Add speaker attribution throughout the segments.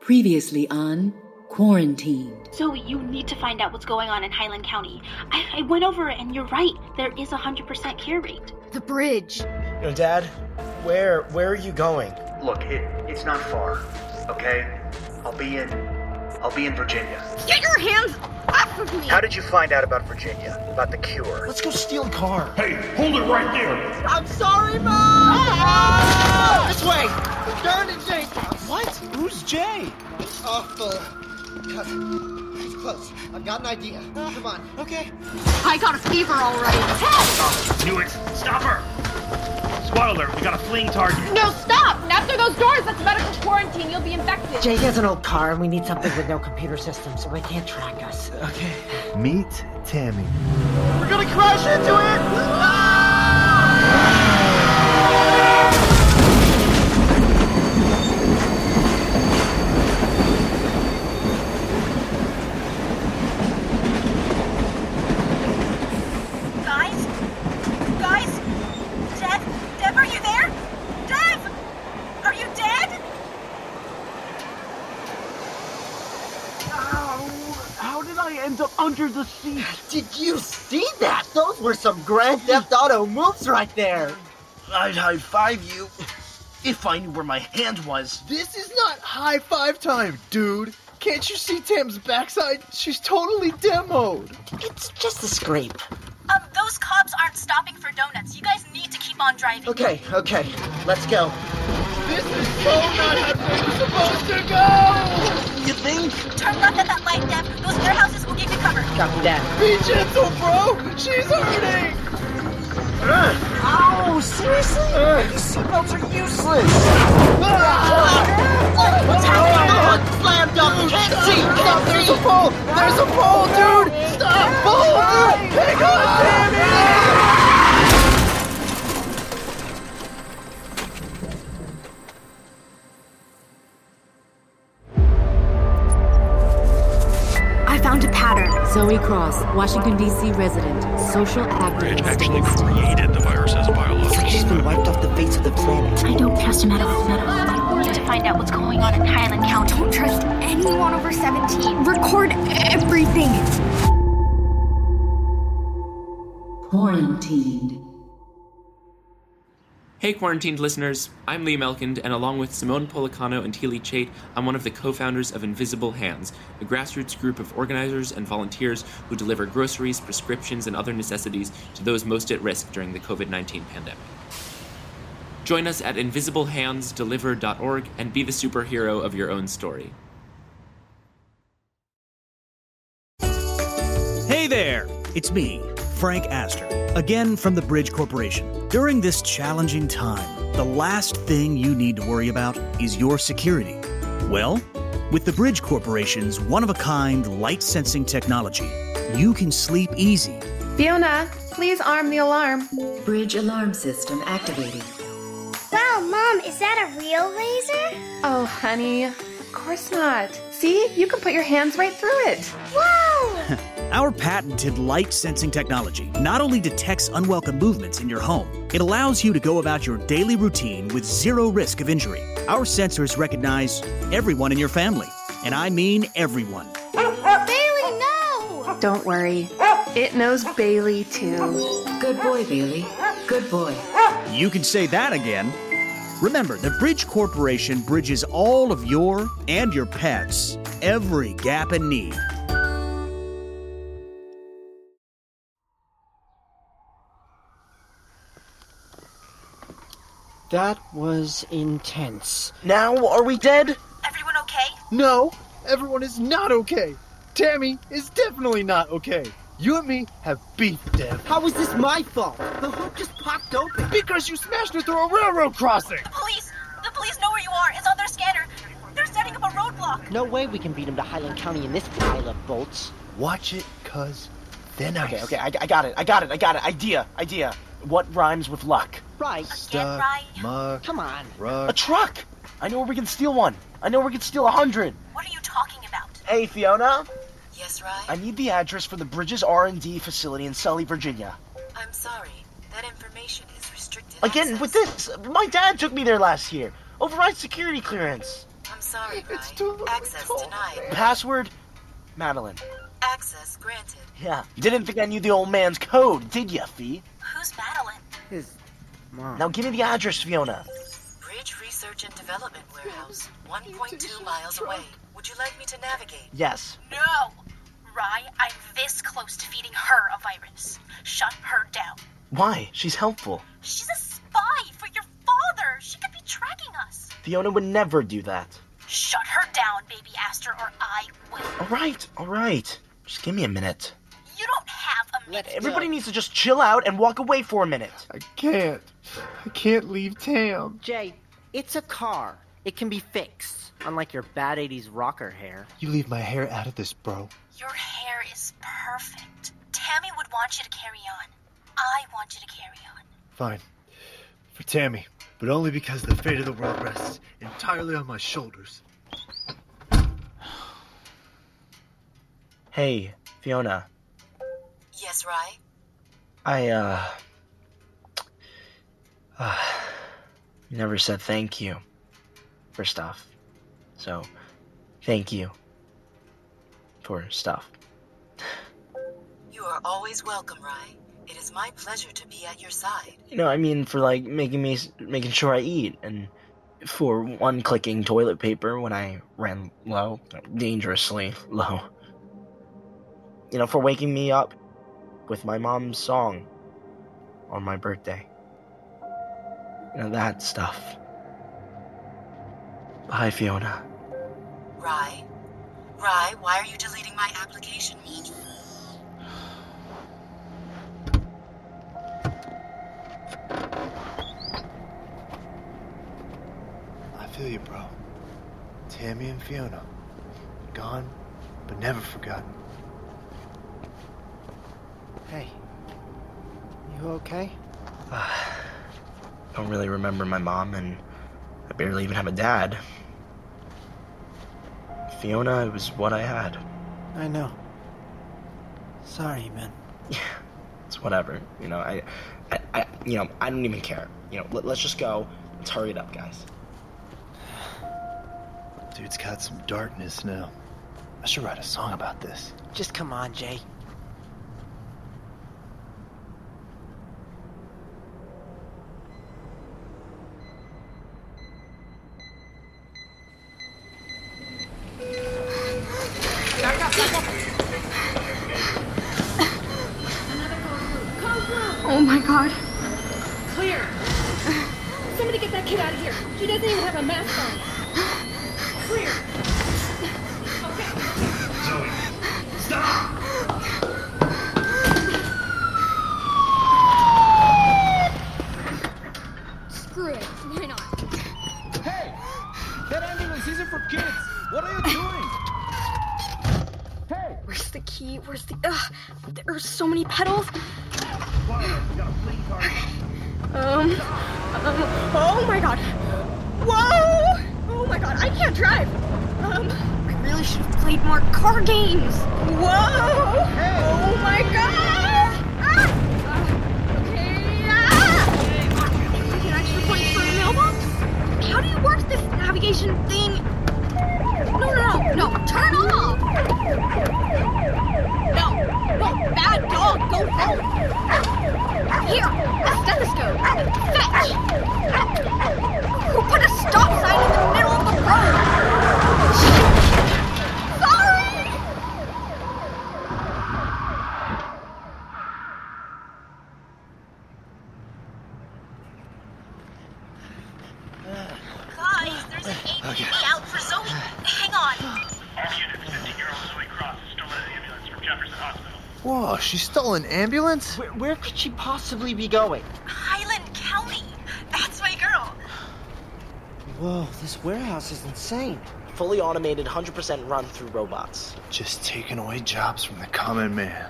Speaker 1: Previously on Quarantined.
Speaker 2: So you need to find out what's going on in Highland County. I, I went over it and you're right. There is a 100% cure rate.
Speaker 3: The bridge.
Speaker 4: Yo, Dad, where where are you going?
Speaker 5: Look, it, it's not far, okay? I'll be in. I'll be in Virginia.
Speaker 3: Get your hands off of me!
Speaker 5: How did you find out about Virginia? About the cure?
Speaker 4: Let's go steal a car.
Speaker 6: Hey, hold it right there.
Speaker 7: I'm sorry, Mom!
Speaker 4: This way.
Speaker 7: Darn it, Jake!
Speaker 4: What? Who's Jay?
Speaker 7: Awful. Cut. It's close. I've got an idea. Come on.
Speaker 4: Ah, Okay.
Speaker 3: I got a fever already. Ted!
Speaker 6: Do it. Stop her. Squad alert, we got a fleeing target.
Speaker 8: No, stop! After those doors, that's medical quarantine. You'll be infected.
Speaker 9: Jake has an old car, and we need something with no computer system, so they can't track us.
Speaker 4: Okay.
Speaker 10: Meet Tammy.
Speaker 7: We're gonna crash into it!
Speaker 3: Guys? Guys? Deb? Deb, are you there? Deb! Are you dead?
Speaker 7: Did you see that? Those were some Grand Theft Auto moves right there.
Speaker 4: I'd high five you if I knew where my hand was.
Speaker 11: This is not high five time, dude. Can't you see Tam's backside? She's totally demoed.
Speaker 9: It's just a scrape.
Speaker 8: Um, those cops aren't stopping for donuts. You guys need to keep on driving.
Speaker 7: Okay, okay. Let's go.
Speaker 11: This is so not how things are supposed to
Speaker 4: You think?
Speaker 8: Turn left at that light, Deb. Those warehouses will give you cover.
Speaker 9: Copy that.
Speaker 11: go. Be gentle, bro. She's hurting.
Speaker 9: Oh, seriously?
Speaker 4: Uh.
Speaker 9: These seatbelts are useless.
Speaker 4: Ah.
Speaker 7: Oh, slammed up! Can't see! Can't
Speaker 11: There's
Speaker 7: see!
Speaker 11: a pole. There's a pole, dude. Stop. Pole, dude. Hang
Speaker 4: Ah.
Speaker 11: on, damn it.
Speaker 3: I found a pattern.
Speaker 1: Zoe Cross, Washington, D.C. resident, social activist.
Speaker 6: created the virus as a biological
Speaker 9: She's been wiped off the face of the planet.
Speaker 2: I know, Pastor Meadow. Meadow. We need to find out what's going on in Highland County.
Speaker 3: Don't trust anyone over 17. Record everything.
Speaker 1: Quarantined.
Speaker 12: Hey, quarantined listeners. I'm Lee Melkind, and along with Simone Policano and Teely Chait, I'm one of the co founders of Invisible Hands, a grassroots group of organizers and volunteers who deliver groceries, prescriptions, and other necessities to those most at risk during the COVID 19 pandemic. Join us at invisiblehandsdeliver.org and be the superhero of your own story.
Speaker 11: Hey there! It's me, Frank Astor, again from the Bridge Corporation. During this challenging time, the last thing you need to worry about is your security. Well, with the Bridge Corporation's one of a kind light sensing technology, you can sleep easy.
Speaker 8: Fiona, please arm the alarm.
Speaker 1: Bridge alarm system activated.
Speaker 3: Wow, Mom, is that a real laser?
Speaker 8: Oh, honey. Of course not. See, you can put your hands right through it.
Speaker 3: Whoa!
Speaker 11: Our patented light sensing technology not only detects unwelcome movements in your home, it allows you to go about your daily routine with zero risk of injury. Our sensors recognize everyone in your family, and I mean everyone.
Speaker 3: Bailey, no!
Speaker 8: Don't worry. It knows Bailey, too.
Speaker 1: Good boy, Bailey. Good boy.
Speaker 11: You can say that again. Remember, the Bridge Corporation bridges all of your and your pets every gap and need.
Speaker 9: That was intense.
Speaker 4: Now are we dead?
Speaker 8: Everyone okay?
Speaker 11: No, everyone is not okay. Tammy is definitely not okay. You and me have beef, Deb.
Speaker 7: How is this my fault? The hook just popped open.
Speaker 11: Because you smashed her through a railroad crossing.
Speaker 8: The police! The police know where you are. It's on their scanner. They're setting up a roadblock.
Speaker 9: No way we can beat him to Highland County in this pile of bolts.
Speaker 11: Watch it, cuz then I.
Speaker 4: Okay, okay, I, I got it. I got it. I got it. Idea, idea. What rhymes with luck?
Speaker 9: Right,
Speaker 11: Stuck,
Speaker 8: right.
Speaker 11: muck,
Speaker 9: come on.
Speaker 4: A
Speaker 11: ruck.
Speaker 4: truck. I know where we can steal one. I know where we can steal a hundred.
Speaker 8: What are you talking about?
Speaker 4: Hey, Fiona.
Speaker 9: Yes, right.
Speaker 4: I need the address for the Bridges R&D facility in Sully, Virginia.
Speaker 9: I'm sorry. That information is restricted.
Speaker 4: Again, with this, my dad took me there last year. Override security clearance.
Speaker 1: I'm sorry, Brian. Access denied.
Speaker 4: Password? Madeline.
Speaker 1: Access granted.
Speaker 4: Yeah. You didn't think I knew the old man's code, did ya, Fee?
Speaker 1: Who's Madeline?
Speaker 4: His mom. Now give me the address, Fiona.
Speaker 1: Bridge Research and Development Warehouse, 1.2 miles away. Would you like me to navigate?
Speaker 4: Yes.
Speaker 8: No! Rye, I'm this close to feeding her a virus. Shut her down.
Speaker 4: Why? She's helpful.
Speaker 8: She's a spy for your father! She could be tracking us!
Speaker 4: Fiona would never do that.
Speaker 8: Shut her down, baby Aster, or I will.
Speaker 4: All right, all right. Just give me a minute.
Speaker 8: You don't have a minute.
Speaker 4: Everybody needs to just chill out and walk away for a minute. I
Speaker 5: Can't. I can't leave town.
Speaker 11: Jay, it's a car. It can be fixed. Unlike your bad 80s rocker hair.
Speaker 5: You leave my hair out of this, bro.
Speaker 8: Your hair is perfect. Tammy would want you to carry on. I want you to carry on.
Speaker 5: Fine. For Tammy. But only because the fate of the world rests entirely on my shoulders.
Speaker 4: Hey, Fiona.
Speaker 1: Yes, Rye?
Speaker 4: I, uh. Uh, never said thank you for stuff. So, thank you for stuff.
Speaker 1: You are always welcome, Rye. It is my pleasure to be at your side.
Speaker 4: You know, I mean, for like making me making sure I eat and for one clicking toilet paper when I ran low, dangerously low. You know, for waking me up with my mom's song on my birthday. You know, that stuff. Bye, Fiona.
Speaker 1: Rye? Rye, why are you deleting my application?
Speaker 5: I feel you, bro. Tammy and Fiona. Gone, but never forgotten.
Speaker 11: Hey, you okay?
Speaker 4: Don't really remember my mom, and I barely even have a dad. Fiona was what I had.
Speaker 11: I know. Sorry, man.
Speaker 4: It's whatever. You know, I, I, I you know, I don't even care. You know, let, let's just go. Let's hurry it up, guys.
Speaker 5: Dude's got some darkness now. I should write a song about this.
Speaker 11: Just come on, Jay.
Speaker 3: Oh my god.
Speaker 13: Clear! Somebody get that kid out of here. She doesn't even have a mask on. Clear!
Speaker 14: Stop!
Speaker 13: Screw it. Why not?
Speaker 15: Hey! That ambulance isn't for kids! What are you doing?
Speaker 3: Hey! Where's the key? Where's the. Ugh! There are so many pedals! Um. um, Oh my god! Whoa! Oh my god, I can't drive! Um. I really should have played more car games! Whoa! Oh my god! Ah! Uh, okay, ah! I get extra points for a mailbox? How do you work this navigation thing? No, no, no, no! Turn off! No! No, bad dog, go home! Here, a stethoscope! Fetch! Who put a stop sign in the middle of the road? Sorry!
Speaker 8: Guys, there's an APB out for Zoe. Hang on.
Speaker 5: Whoa, she stole an ambulance?
Speaker 11: Where, where could she possibly be going?
Speaker 8: Highland County. That's my girl.
Speaker 11: Whoa, this warehouse is insane.
Speaker 4: Fully automated, 100% run through robots.
Speaker 5: Just taking away jobs from the common man.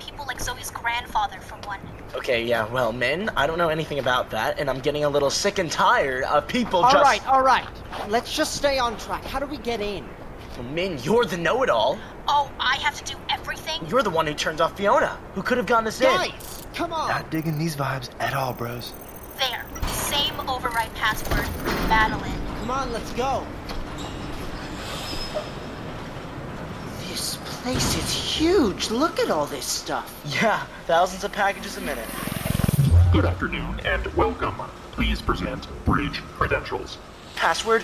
Speaker 8: People like Zoe's grandfather, for one.
Speaker 4: Okay, yeah, well, men, I don't know anything about that, and I'm getting a little sick and tired of people
Speaker 11: All
Speaker 4: just.
Speaker 11: right, all right. Let's just stay on track. How do we get in?
Speaker 4: Well, Min, you're the know it all.
Speaker 8: Oh, I have to do everything?
Speaker 4: You're the one who turned off Fiona, who could have gotten us in.
Speaker 11: Come on!
Speaker 5: Not digging these vibes at all, bros.
Speaker 8: There. Same override password, Madeline.
Speaker 11: Come on, let's go.
Speaker 7: place is huge. Look at all this stuff.
Speaker 4: Yeah, thousands of packages a minute.
Speaker 6: Good afternoon and welcome. Please present bridge credentials.
Speaker 4: Password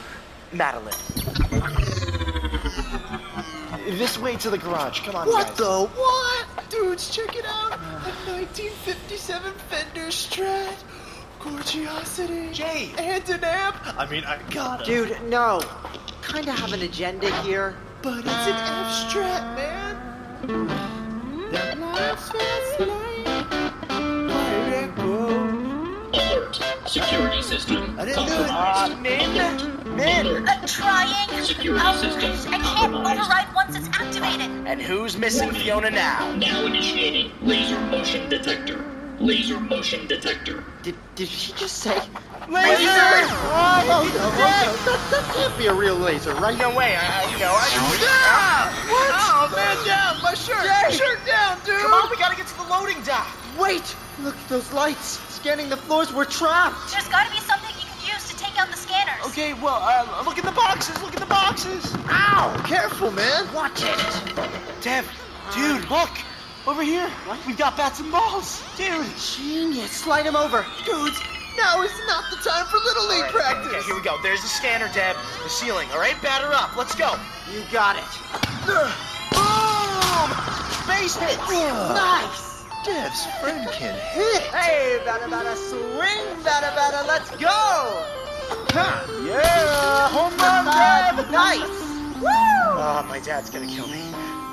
Speaker 4: Madeline.
Speaker 7: This way to the garage. Come on,
Speaker 16: What
Speaker 7: guys.
Speaker 16: the what? Dudes, check it out. A 1957 Fender Strat. Gorgeosity. Jay. And an amp. I mean, I gotta.
Speaker 7: Dude, no. Kinda have an agenda here.
Speaker 16: But it's an F Strat, man. That life's fast life. Pirate World.
Speaker 17: Alert. Security system
Speaker 16: I didn't do it.
Speaker 17: compromised.
Speaker 16: Min.
Speaker 17: Alert.
Speaker 8: I'm Uh, trying.
Speaker 17: Security
Speaker 8: Um,
Speaker 17: system
Speaker 8: I can't override once it's activated.
Speaker 4: And who's missing Fiona now?
Speaker 17: Now initiating laser motion detector. Laser motion detector.
Speaker 7: Did, did she just say
Speaker 4: Laser!
Speaker 7: Oh, no, no, no, That, that can't be a real laser, right?
Speaker 4: No way, I, I you know, I...
Speaker 16: What? Oh man, down my shirt.
Speaker 7: Jay.
Speaker 16: Shirt down, dude.
Speaker 4: Come on, we gotta get to the loading dock!
Speaker 7: Wait! Look at those lights! Scanning the floors, we're trapped!
Speaker 8: There's gotta be something you can use to take out the scanners.
Speaker 16: Okay, well, uh, look in the boxes. Look in the boxes.
Speaker 7: Ow! Careful, man!
Speaker 16: Watch it. Dev, dude, look. Over here. We've got bats and balls. Dude.
Speaker 7: Genius! Slide him over!
Speaker 16: Dudes, now is not the time for Little League practice.
Speaker 4: Okay, here we go. There's the scanner, Deb. The ceiling, alright? Batter up. Let's go.
Speaker 7: You got it!
Speaker 16: Boom! Space hit.
Speaker 7: Nice!
Speaker 5: Dev's friend can
Speaker 7: Hit! Hey, bada bada swing, bada bada, let's go!
Speaker 4: Yeah! Home run, Deb!
Speaker 7: Five, nice!
Speaker 4: Oh, my dad's gonna kill me.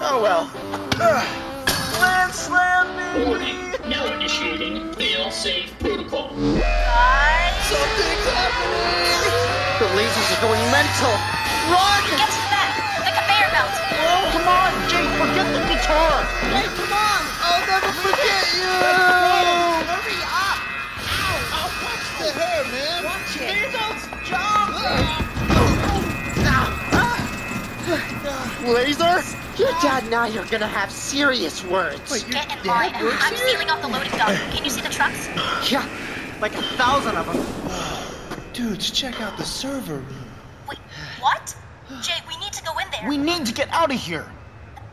Speaker 4: Oh well. Ugh. Slam, slam, baby!
Speaker 17: Warning. Now initiating fail safe protocol.
Speaker 16: Something's happening.
Speaker 7: The lasers are going mental!
Speaker 8: Run! Get to the back. The conveyor belt.
Speaker 4: Oh, come on, Jake, forget the guitar!
Speaker 7: Hey, come on! I'll never forget you!
Speaker 16: Hurry up! Ow! I'll watch the hair, man. Watch it. Vandals, jump!
Speaker 7: Laser? Your dad and I are gonna have serious words.
Speaker 8: Get in line. I'm sealing off the loading dock. Can you see the trucks?
Speaker 7: yeah, like a thousand of them.
Speaker 5: Dudes, check out the server room.
Speaker 8: Wait, what? Jay, we need to go in there.
Speaker 4: We need to get out of here.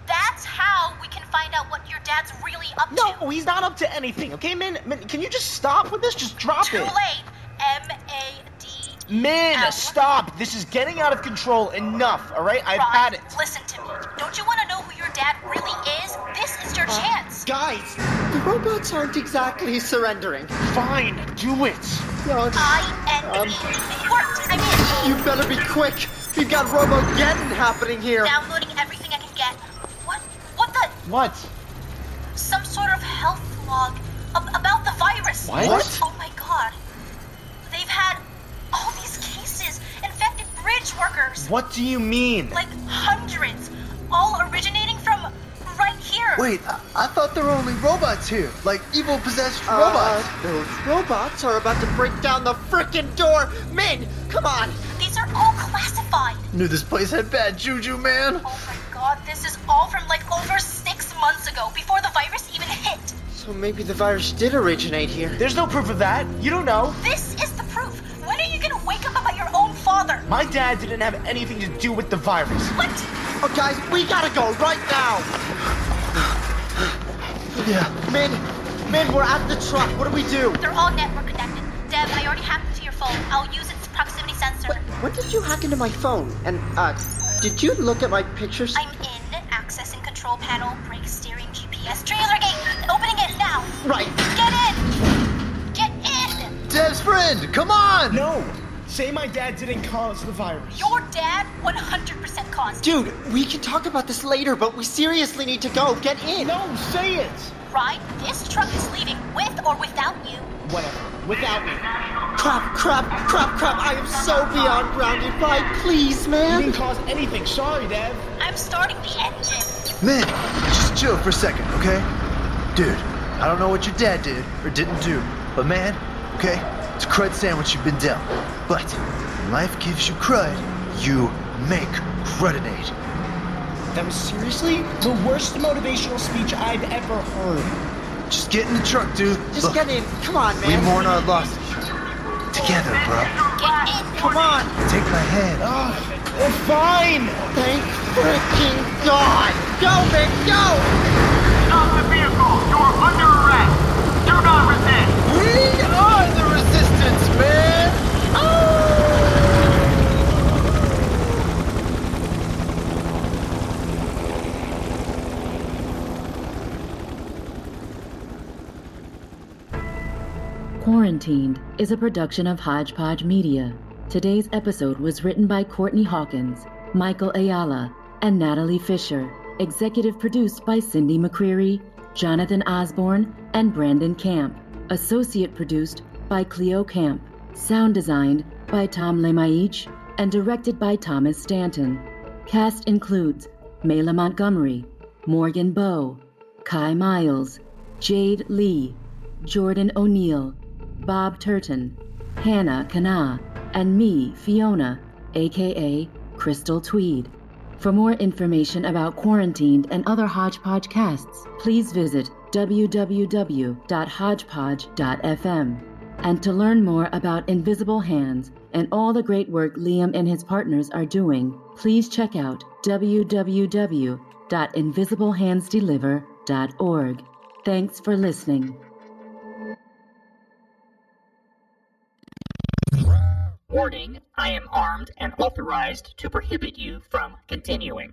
Speaker 8: That's how we can find out what your dad's really up to.
Speaker 4: No, he's not up to anything, okay, Min? Min, can you just stop with this? Just drop
Speaker 8: Too
Speaker 4: it.
Speaker 8: late. M A D.
Speaker 4: Min, stop. This is getting out of control. Enough, all right? I've
Speaker 8: Ron,
Speaker 4: had it.
Speaker 8: Listen to me. Don't you want to know who your dad really is? This is your
Speaker 4: Uh,
Speaker 8: chance.
Speaker 7: Guys, the robots aren't exactly surrendering.
Speaker 4: Fine, do it.
Speaker 7: God,
Speaker 8: I N
Speaker 4: Um,
Speaker 8: E. It worked. I mean,
Speaker 7: you better be quick. We've got Robogeddon happening here.
Speaker 8: downloading everything I can get. What? What the?
Speaker 4: What?
Speaker 8: Some sort of health log ab- about the virus.
Speaker 4: What? What?
Speaker 8: Oh my god. They've had all these cases infected bridge workers.
Speaker 4: What do you mean?
Speaker 8: Like hundreds, all originating from right here.
Speaker 5: Wait, I, I thought there were only robots here. Like evil possessed
Speaker 7: Uh,
Speaker 5: robots.
Speaker 7: those robots are about to break down the frickin' door. Min, come on.
Speaker 8: These are all classified.
Speaker 5: Knew this place had bad juju, man.
Speaker 8: Oh my god, this is all from like over six months ago, before the virus even hit.
Speaker 7: So maybe the virus did originate here.
Speaker 4: There's no proof of that. You don't know.
Speaker 8: This is the proof. When are you gonna wake up about your own father?
Speaker 4: My dad didn't have anything to do with the virus.
Speaker 8: What?
Speaker 7: Oh, guys, we gotta go right now. yeah. Min, Min, we're at the truck. What do we do?
Speaker 8: They're all network connected. Deb, I already hacked into your phone. I'll use its proximity sensor.
Speaker 7: When did you hack into my phone? And, uh, did you look at my pictures?
Speaker 8: I'm in. Accessing control panel. Brake steering. GPS. Trailer gate. Opening it now.
Speaker 7: Right.
Speaker 8: Get in. Get in.
Speaker 5: Dev's friend, come on!
Speaker 4: No. Say my dad didn't cause the virus.
Speaker 8: Your dad 100% caused. it.
Speaker 7: Dude, we can talk about this later, but we seriously need to go. Get in.
Speaker 4: No, say it.
Speaker 8: Ryan, this truck is leaving with or without you.
Speaker 4: Whatever. Without me.
Speaker 7: Crap, crap, crap, crap. I am so beyond grounded. Bye, please,
Speaker 4: You
Speaker 7: man.
Speaker 4: didn't cause anything. Sorry, Dad.
Speaker 8: I'm starting the engine.
Speaker 5: Man, just chill for a second, okay? Dude, I don't know what your dad did or didn't do, but man, okay, it's a crud sandwich you've been dealt. But when life gives you crud, you make crudinate.
Speaker 4: That was seriously the worst motivational speech I've ever heard.
Speaker 5: Just get in the truck, dude.
Speaker 7: Just
Speaker 5: Look,
Speaker 7: get in. Come on,
Speaker 5: we
Speaker 7: man.
Speaker 5: mourn our losses. Together, bro.
Speaker 8: Get in.
Speaker 7: Come on.
Speaker 5: Take my hand. Ah.
Speaker 4: Well, fine.
Speaker 7: Thank freaking God. Go, Vic, go!
Speaker 16: Stop the vehicle! You are under arrest! Do not resist! We are the resistance, man!
Speaker 1: Quarantined is a production of Hodgepodge Media. Today's episode was written by Courtney Hawkins, Michael Ayala, and Natalie Fisher. Executive produced by Cindy McCreary, Jonathan Osborne, and Brandon Camp. Associate produced by Cleo Camp. Sound designed by Tom Lemaich and directed by Thomas Stanton. Cast includes Mela Montgomery, Morgan Bow, Kai Miles, Jade Lee, Jordan O'Neill, Bob Turton, Hannah Kana, and me, Fiona, aka Crystal Tweed. For more information about Quarantined and other Hodgepodge casts, please visit www.hodgepodge.fm. And to learn more about Invisible Hands and all the great work Liam and his partners are doing, please check out www.invisiblehandsdeliver.org. Thanks for listening.
Speaker 17: Warning, I am armed and authorized to prohibit you from continuing.